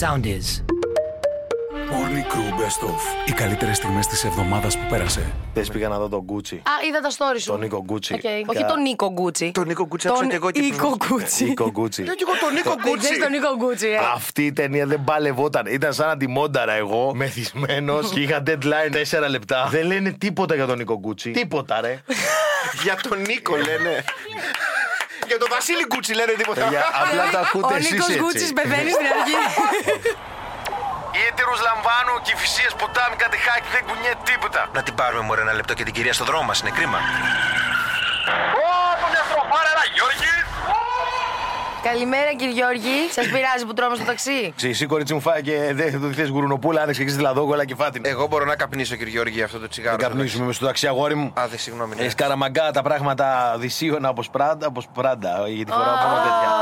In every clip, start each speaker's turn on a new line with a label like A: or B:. A: sound is.
B: Morning Crew Best Of. Οι καλύτερες στιγμές της εβδομάδας που πέρασε.
C: Χθε πήγα να δω τον Κούτσι.
D: Α, είδα τα story σου.
C: Τον Νίκο Γκούτσι.
D: Οκ.
C: Κα-
D: Όχι τον Νίκο Γκούτσι.
E: Τον Νίκο Γκούτσι
D: Τον
E: άκουσα και εγώ και πριν.
D: Νίκο Γκούτσι.
C: Νίκο Γκούτσι.
E: Ε, και εγώ τον Νίκο
D: Δεν
E: Γκούτσι.
D: ξέρεις τον Νίκο Γκούτσι, ε.
C: Αυτή η ταινία δεν παλευόταν. Ήταν σαν να τη μόνταρα εγώ, μεθυσμένος και είχα deadline 4 λεπτά. Δεν λένε τίποτα για τον Νίκο Γκούτσι. Τίποτα, ρε.
E: Για τον Νίκο λένε. Για τον Βασίλη Γκούτσι λένε τίποτα.
C: Παιδιά, απλά τα ακούτε
D: Ο
C: εσείς
D: Νίκος
C: έτσι.
D: Γκούτσις πεθαίνει στην αρχή.
C: Ήτερου λαμβάνω και φυσίε ποτάμι κάτι χάκι δεν κουνιέται τίποτα.
F: Να την πάρουμε μωρέ ένα λεπτό και την κυρία στο δρόμο μας, είναι κρίμα.
D: Καλημέρα κύριε Γιώργη. Σας πειράζει που τρώμε στο ταξί.
C: Ξησύ κορίτσι μου φάει και δεν το θες γουρουνοπούλα, άνοιξε και στη λαδόκολα και φάτιν. Ε,
F: Εγώ μπορώ να καπνίσω κύριε Γιώργη αυτό το τσιγάρο.
C: δεν καπνίσουμε με στο ταξί αγόρι μου.
F: Α, δε συγγνώμη. ναι.
C: Έχεις καραμαγκά τα πράγματα δυσίωνα από σπράντα, από σπράντα. Γιατί φοράω πάνω τέτοια.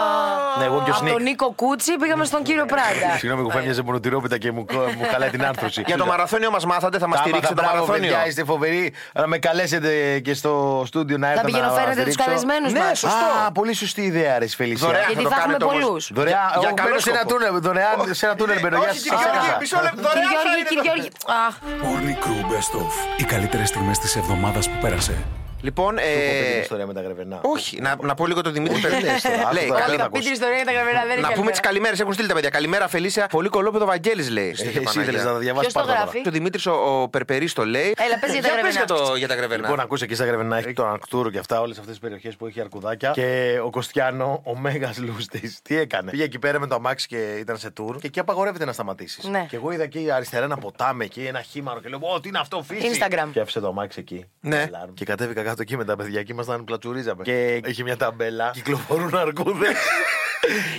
C: Ναι, εγώ και ο
D: Από τον
C: Σνίκ.
D: Νίκο Κούτσι πήγαμε στον κύριο Πράντα.
C: Συγγνώμη, μου φέμιαζε μονοτυρόπιτα και μου, μου χαλάει την άρθρωση.
F: Για το μαραθώνιο μας μάθατε, θα μας
C: Τα
F: στηρίξετε
C: άμαθα,
F: το
C: μπράβο,
F: μαραθώνιο.
C: παιδιά, είστε φοβεροί να με καλέσετε και στο στούντιο να έρθω να
D: πηγαίνω, φέρετε
C: στηρίξω.
D: τους καλεσμένους
C: Ναι,
D: μας.
C: σωστό. Α, πολύ σωστή ιδέα, ρε Φελισία.
F: Δωρεάν
D: Γιατί
F: το
D: θα έχουμε
F: κάνετε όμως.
D: πολλούς.
C: Δωρεάν,
F: Για- για
C: εγώ
F: καλό
C: μπαίνω σε ένα
F: σκοπό.
C: τούνελ, δωρεάν, σε ένα τούνελ μπαίνω.
E: Όχι,
C: Γεια σας,
E: κύριε
C: ξέχασα.
E: Γιώργη, μισό λεπτό.
D: Κύριε
E: Δωρεάν θα
D: Γιώργη,
E: είναι
D: κύριε
E: το-
D: Γιώργη. Αχ,
B: Morning Crew Best Of. Οι καλύτερες στιγμές της εβδομάδας που πέρασε.
F: Λοιπόν,
C: Έχω πει την
F: ε,
C: ιστορία με τα γρεβενά.
F: όχι, να, να πω λίγο το Δημήτρη
C: Όχι, λες τώρα,
F: Πελέ.
C: άκου
F: Λέει,
C: τώρα,
F: καλή-
C: δεν τα
D: πει την ιστορία για τα γραβερά, δεν
F: να πούμε τις καλημέρες, έχουν στείλει τα παιδιά. Καλημέρα, Φελίσια. Πολύ κολόπεδο Βαγγέλης λέει.
C: Ε,
F: Στέκε,
C: Εσύ
F: Παναγία.
C: ήθελες να τα διαβάσεις
D: Ποιος το
C: πάρ' τα τώρα.
D: γράφει?
F: Και Ο Δημήτρης ο, ο Περπερής το λέει.
D: Έλα, πες για τα
F: Για πες
D: γρεβενά.
F: για το- για τα γρεβενά.
C: Λοιπόν, ακούσα και στα Γρεβενά, έχει τον Ανακτούρο και αυτά, όλες αυτές τις περιοχές που έχει αρκουδάκια. Και ο Κωστιανό, ο μέγας λούστης, τι έκανε. Πήγε εκεί πέρα με το αμάξι και ήταν σε τουρ και εκεί απαγορεύεται να σταματήσεις.
D: Ναι.
C: Και εγώ είδα εκεί αριστερά ένα ποτάμι εκεί, ένα χήμαρο και λέω: Ω, τι είναι αυτό, φύση.
D: Instagram.
C: Και άφησε το αμάξι εκεί.
F: Ναι.
C: Alarm. Και κατέβηκα κάτω εκεί με τα παιδιά και ήμασταν πλατσουρίζαμε. Και είχε μια ταμπέλα. Κυκλοφορούν αρκούδες.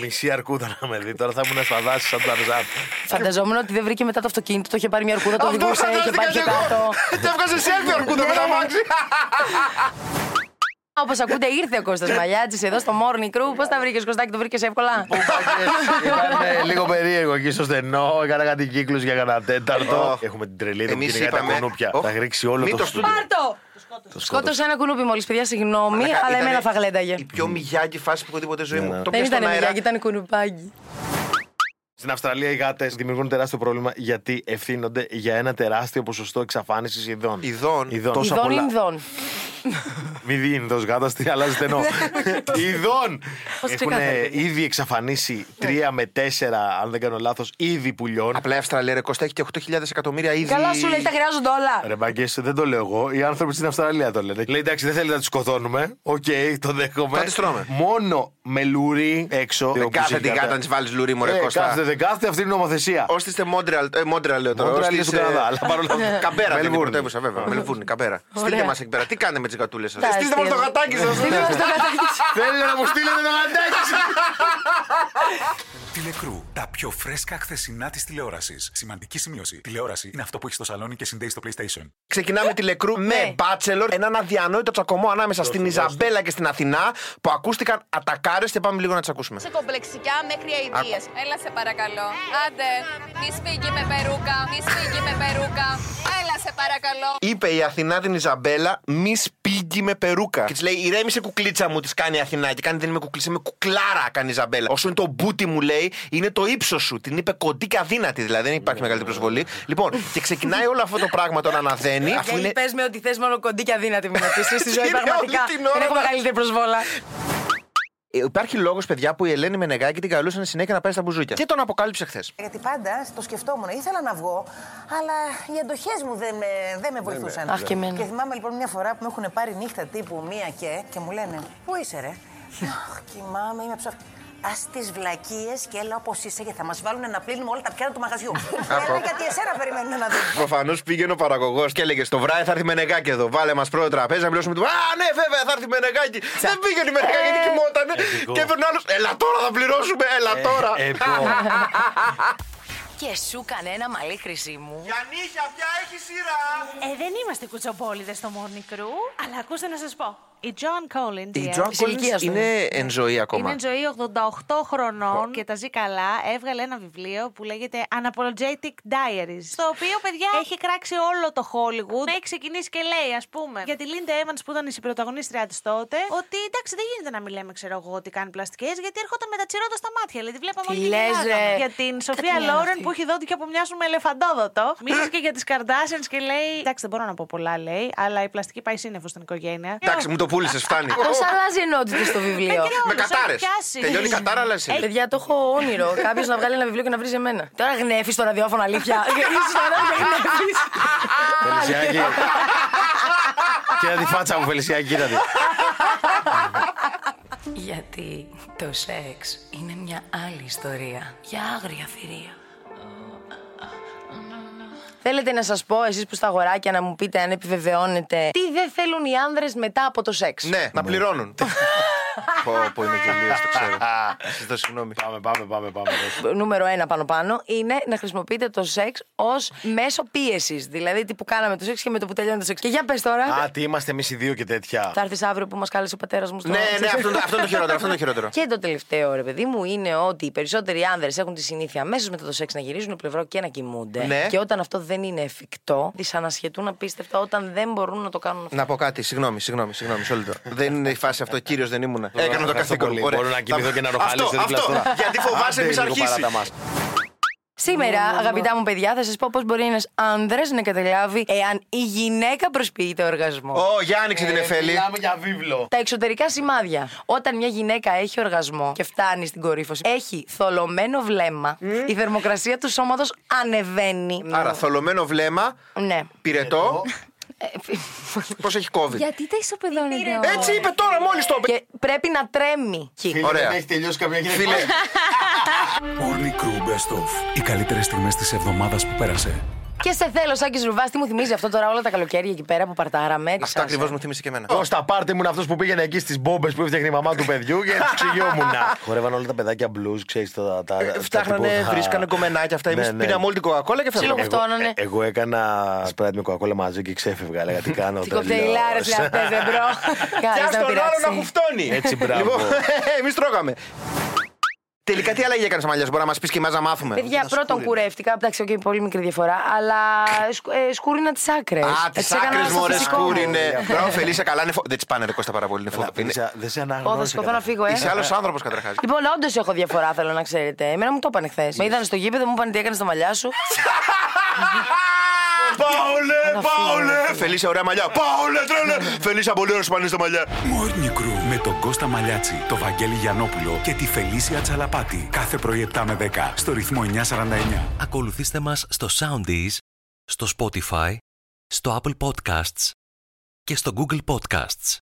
C: Μισή αρκούδα να με δει. Τώρα θα ήμουν στα δάση σαν Ταρζάν.
D: Φανταζόμουν ότι δεν βρήκε μετά το αυτοκίνητο, το είχε πάρει μια αρκούδα, το
E: Αυτό
D: οδηγούσε, είχε πάει
E: φαντάστηκα
D: και Ναι.
E: και εγώ.
D: κάτω.
E: Το έβγαζε σε έρθει αρκούδα με τα μάξι.
D: Όπως ακούτε, ήρθε ο Κώστας
F: Ναι.
D: Μαλιάτση εδώ στο Morning Crew. Πώς τα βρήκες, Κωστάκι, το βρήκες εύκολα.
F: Λοιπόν,
C: Ήταν λίγο περίεργο εκεί στο στενό. Έκανα κάτι κύκλους για κανένα τέταρτο.
F: Οχ.
C: Έχουμε την τρελή του
F: Εμείς
C: κυνηγάει τα
F: είπαμε,
C: κουνούπια.
F: οχ,
C: Θα γρίξει όλο
F: μη
C: το
F: το
C: στούντιο.
D: Πάρτο! Σκότωσε ένα κουνούπι μόλις, παιδιά, συγγνώμη,
F: Μαλάκα,
D: αλλά
F: ήταν
D: εμένα θα γλένταγε.
F: Η πιο μηγιάγκη φάση που έχω δει ποτέ ζωή
C: Ναι.
F: μου. Το
D: Δεν
F: πες στον
D: ήταν
F: αέρα.
D: μυριάκι, ήταν κουνουπάκι.
C: Στην Αυστραλία οι γάτες δημιουργούν τεράστιο πρόβλημα γιατί ευθύνονται για ένα τεράστιο ποσοστό εξαφάνισης ειδών.
F: Ειδών.
C: Ειδών. Τόσα
D: Ιδών
C: πολλά.
D: Ινδών.
C: Μη δει ειδό γάτα, τι αλλάζει στενό. Ειδών!
D: Πώς
C: Έχουν
D: ξεκάθαρα.
C: ήδη εξαφανίσει τρία με τέσσερα, αν δεν κάνω λάθος, είδη πουλιών.
F: Απλά η Αυστραλία ρε Κώστα έχει και 8.000 εκατομμύρια ήδη.
D: Καλά σου λέει, τα χρειάζονται όλα.
C: Ρε μπαγκές, δεν το λέω εγώ. Οι άνθρωποι στην Αυστραλία το λένε. Λέει εντάξει, δεν θέλετε να τους σκοτώνουμε. Οκ, το δέχομαι.
F: Θα τις τρώμε.
C: Μόνο με λουρί έξω.
F: Δεν
C: όπου
F: κάθεται η
C: ψυχιατά-
F: γάτα να της βάλεις λουρί,
C: Ε,
F: μωρέ
C: Κάθεται,
F: Κώστα.
C: δεν κάθεται αυτή είναι η νομοθεσία.
F: Όσοι είστε Μόντρεαλ, ε, Μόντρεαλ λέω τώρα.
C: Μόντρεαλ
F: όσοι
C: είναι στον
F: είστε-
C: Καναδά, αλλά παρόλα αυτά.
F: Καμπέρα δεν είναι η
C: Μελβούρνη.
F: πρωτεύουσα βέβαια. Μελβούρνη, καμπέρα. Στείλτε
D: Ωραία.
F: μας εκεί πέρα. Τι κάνετε με τις γατούλες σας.
D: Τα
F: Στείλτε μας το
D: αστεία.
F: γατάκι σας.
D: Τι λέω στο κατάκι σου.
C: Θέλετε να μου στείλετε το γαντάκι σας.
B: Τηλεκρού. Τα πιο φρέσκα χθεσινά της τηλεόρασης. Σημαντική σημείωση. Τηλεόραση είναι αυτό που έχεις στο σαλόνι και συνδέεις στο PlayStation.
F: Ξεκινάμε τη Λεκρού με
D: Ναι.
F: Bachelor. Έναν αδιανόητο τσακωμό ανάμεσα στην Ιζαμπέλα και στην Αθηνά που ακούστηκαν ατακάρες και πάμε λίγο να τις ακούσουμε.
G: Σε κομπλεξικά μέχρι αηδίες. Έλα σε παρακαλώ. Άντε. Τη φύγει με περούκα. Τη φύγει με περούκα. Έλα σε παρακαλώ.
F: Είπε η Αθηνά την Ιζαμπέλα, μη σπίγκι με περούκα. Και της λέει, ηρέμησε κουκλίτσα μου, της κάνει η Αθηνά. Και κάνει, δεν είμαι κουκλίτσα, είμαι κουκλάρα, κάνει η Ιζαμπέλα. Όσο είναι το μπούτι μου, λέει, είναι το ύψος σου. Την είπε κοντή και αδύνατη, δηλαδή δεν υπάρχει μεγαλύτερη προσβολή. Λοιπόν, και ξεκινάει όλο αυτό το πράγμα το να αναδένει. Αφού είναι...
D: Πες Ε, με ότι θες μόνο κοντή και αδύνατη μου να πεις. στη ζωή
F: Είναι
D: πραγματικά.
F: όλη την ώρα
D: Δεν έχω
F: να-
D: μεγαλύτερη προσβόλα.
F: Ε, υπάρχει λόγος, παιδιά, που η Ελένη Μενεγάκη την καλούσαν συνέχεια να πάει στα μπουζούκια. Και τον αποκάλυψε χθες.
H: Γιατί πάντα το σκεφτόμουν. Ήθελα να βγω, αλλά οι αντοχέ μου δεν με, δεν με βοηθούσαν.
D: Αχ, και εμένα.
H: θυμάμαι λοιπόν μια φορά που με έχουν πάρει νύχτα τύπου μία και και μου λένε Πού είσαι, ρε. Αχ, κοιμάμαι, είμαι ψόφι. Ας τις βλακίες και έλα όπως είσαι, γιατί θα μας βάλουν να πλύνουμε όλα τα πιάτα του μαγαζιού. Έλα, γιατί εσένα περιμένουν να δουν.
F: Προφανώς πήγαινε ο παραγωγός και έλεγε στο βράδυ θα έρθει Μενεγάκη εδώ. Βάλε μας πρώτο τραπέζι να μιλήσουμε του. Α, ναι, βέβαια θα έρθει Μενεγάκη. Δεν πήγαινε η Μενεγάκη, γιατί κοιμότανε. Και έπαιρνε άλλο. Έλα τώρα θα πληρώσουμε, έλα τώρα.
C: Επό.
D: Και σου κανένα μαλλί χρυσή μου.
F: Γιαννίχια, πια έχει σειρά.
I: Ε, δεν είμαστε κουτσομπόλιδε στο Morning Crew, αλλά ακούστε να σας πω.
A: Η John Collins.
F: Η
A: η
F: Joan
D: της ηλικίας του.
F: Collins είναι εν ζωή
A: Είναι
F: ακόμα.
A: εν ζωή 88 χρονών και τα ζει καλά. Έβγαλε ένα βιβλίο που λέγεται Unapologetic Diaries. Στο οποίο, παιδιά, έχει κράξει όλο το Hollywood. Έχει ξεκινήσει και λέει, ας πούμε, για τη Linda Evans που ήταν η συμπροταγωνίστρια της τότε, ότι εντάξει, δεν γίνεται να μην λέμε, ξέρω εγώ, ότι κάνει πλαστικές, γιατί έρχονταν με τα τσιρότα στα μάτια. Δηλαδή, βλέπαμε
D: Τι
A: όλοι και
D: λες,
A: γελάγαμε.
D: ρε.
A: Για την Σοφία
D: λένε
A: Λόρεν
D: αυτοί.
A: που έχει δόντια που μοιάζουν με ελεφαντόδοτο. Μίλησε και για τις Kardashians και λέει, εντάξει, δεν μπορώ να πω πολλά, λέει, αλλά η πλαστική πάει σύννεφο στην οικογένεια.
F: Εντάξει, μου το πούλησε, φτάνει.
D: Πώς αλλάζει ενότητα στο βιβλίο.
A: Ε, και
F: Με
A: όλους, όλοι
F: κατάρες.
A: πιάσεις.
F: Τελειώνει η κατάρα, αλλά
C: Ε,
F: εσύ. Ε,
D: Παιδιά, το έχω όνειρο. Κάποιος να βγάλει ένα βιβλίο και να βρει εμένα. Τώρα γνέφεις το ραδιόφωνο, αλήθεια. Γρίζει το ραδιόφωνο, γνέφεις.
C: Φελισιάκη. Κοίτα τη φάτσα μου, Φελισιάκη, κοίτα τη.
D: Γιατί το σεξ είναι μια άλλη ιστορία για άγρια θηρία. Θέλετε να σας πω εσείς που στα αγοράκια να μου πείτε αν επιβεβαιώνετε τι δεν θέλουν οι άνδρες μετά από το σεξ.
F: Ναι, να πληρώνουν. Πω, πω, είναι γελίο, το ξέρω. Σας το συγγνώμη.
C: Πάμε, πάμε, πάμε, πάμε. δώσε.
D: Νούμερο ένα πάνω πάνω είναι να χρησιμοποιείτε το σεξ ως μέσο πίεσης. Δηλαδή τι που κάναμε το σεξ και με το που τελειώνει το σεξ. Και για πες τώρα.
C: Α, τι είμαστε εμείς οι δύο και τέτοια.
D: Θα έρθεις αύριο που μας κάλεσε ο πατέρας μου στο
F: Ναι, ναι, αυτό είναι το- αυτό είναι το χειρότερο. Αυτό είναι το χειρότερο.
D: Και το τελευταίο, ρε παιδί μου, είναι ότι οι περισσότεροι άνδρες έχουν τη συνήθεια αμέσως μετά το σεξ να γυρίζουν πλευρό και να κοιμούνται.
F: Ναι.
D: Και όταν αυτό δεν είναι εφικτό, δυσανασχετούν απίστευτα όταν δεν μπορούν να το κάνουν αυτό.
F: Να πω κάτι, συγγνώμη, συγγνώμη, συγγνώμη, σε όλη το. δεν είναι η φάση αυτό, κύριος δεν ήμουνα. Έκανα το
C: Ευχαριστώ
F: καθήκον
C: πολύ.
F: μου. Ωραία.
C: Μπορώ να κοιμηθώ και να ροχαλίσω
F: Αυτό,
C: δίπλα
F: αυτό.
C: τώρα.
F: Γιατί φοβάσαι,
C: Άντε,
F: εμείς
C: λίγο
F: αρχίσει.
C: παράτα μας.
D: Σήμερα, αγαπητά μου παιδιά, θα σας πω πώς μπορεί ένας άνδρας να καταλάβει εάν η γυναίκα προσποιείται οργασμό.
F: Ω, για άνοιξε την εφέλη.
C: Ε, Μιλάμε για βίβλο.
D: Τα εξωτερικά σημάδια. Όταν μια γυναίκα έχει οργασμό και φτάνει στην κορύφωση, έχει θολωμένο βλέμμα, η θερμοκρασία του σώματος ανεβαίνει.
F: Άρα, θολωμένο βλέμμα,
D: Ναι.
F: πυρετό,
D: Ε,
F: πώς έχει COVID.
I: Γιατί τα ισοπεδώνετε όλα.
F: Έτσι είπε τώρα, μόλις το είπε.
D: και πρέπει να τρέμει.
C: Φίλε,
F: Ωραία.
C: δεν έχεις τελειώσει καμία γυναίκα.
F: Φίλε,
B: Morning Crew Best Of. Οι καλύτερες στιγμές της εβδομάδας που πέρασε.
D: Και σε θέλω, Σάκης Ρουβά, τι μου θυμίζει αυτό τώρα όλα τα καλοκαίρια εκεί πέρα που παρτάραμε. Τι
F: αυτό
D: σας-
F: ακριβώς μου θύμισε και εμένα.
C: Εγώ στα πάρτι ήμουν αυτός που πήγαινε εκεί στις μπόμπες που έφτιαχνε η μαμά του παιδιού και έτσι ξυγιόμουν. Χορεύαν όλα τα παιδάκια blues, ξέρεις τα. τα τα
F: Ε, Φτιάχνανε,
C: τυπώδα.
F: βρίσκανε κομμενάκια αυτά.
C: Ναι,
F: Εμείς
C: ναι.
F: πήραμε όλη την κοκακόλα και
D: Ψιλο-
F: φεύγαμε.
C: Εγώ,
D: Φτώνανε.
C: ε, εγώ έκανα σπράιτ με κοκακόλα μαζί και ξέφευγα. Λέγα τι κάνω.
D: Τι
C: τελείως.
D: κοκτέιλάρε αυτέ, δεν μπρο. Κάνε να
F: Πιάσ' τον άλλο να
D: πειράξει.
F: χουφτώνει.
C: Έτσι, μπράβο.
F: Λοιπόν, εμείς τρώγαμε. Τελικά τι αλλαγή έκανες μαλλιά, μπορεί να μας πεις και εμάς να μάθουμε.
D: Παιδιά, πρώτον κουρεύτηκα. Εντάξει, οκ, πολύ μικρή διαφορά. Αλλά σκου- ε, σκούρινα τις άκρες.
F: Α, τις άκρε μου ρε σκούρινε. ναι. Μπράβο, Φελίσσα, καλά. είναι φο- Δεν τι πάνε ρε Κώστα πάρα πολύ. Είναι
C: Καλά,
F: φο- είναι-
C: Φελίσσα, Δεν σε
D: Ω,
C: αναγνώρισα.
D: θα σκοτώ να
C: καταρχήν.
D: φύγω, ε.
F: Είσαι άλλος άνθρωπος καταρχάς.
D: Λοιπόν, όντως έχω διαφορά, θέλω να ξέρετε. Εμένα μου το είπαν χθε. Με είδαν στο γήπεδο, μου είπαν τι έκανες στα μαλλιά σου.
F: Πάολε,
D: Να φύγω, να
F: πάολε.
D: φύγω.
F: Φελίσσα, ωραία μαλλιά. Πάολε, τρέλε. Φελίσσα, πολύ ωραία σπανί στα μαλλιά.
B: Morning Crew με τον Κώστα Μαλιάτση, τον Βαγγέλη Γιανόπουλο και τη Φελίσια Τσαλαπάτη. Κάθε πρωί 7 με 10 στο ρυθμό 949.
J: Ακολουθήστε μας στο Soundees, στο Spotify, στο Apple Podcasts και στο Google Podcasts.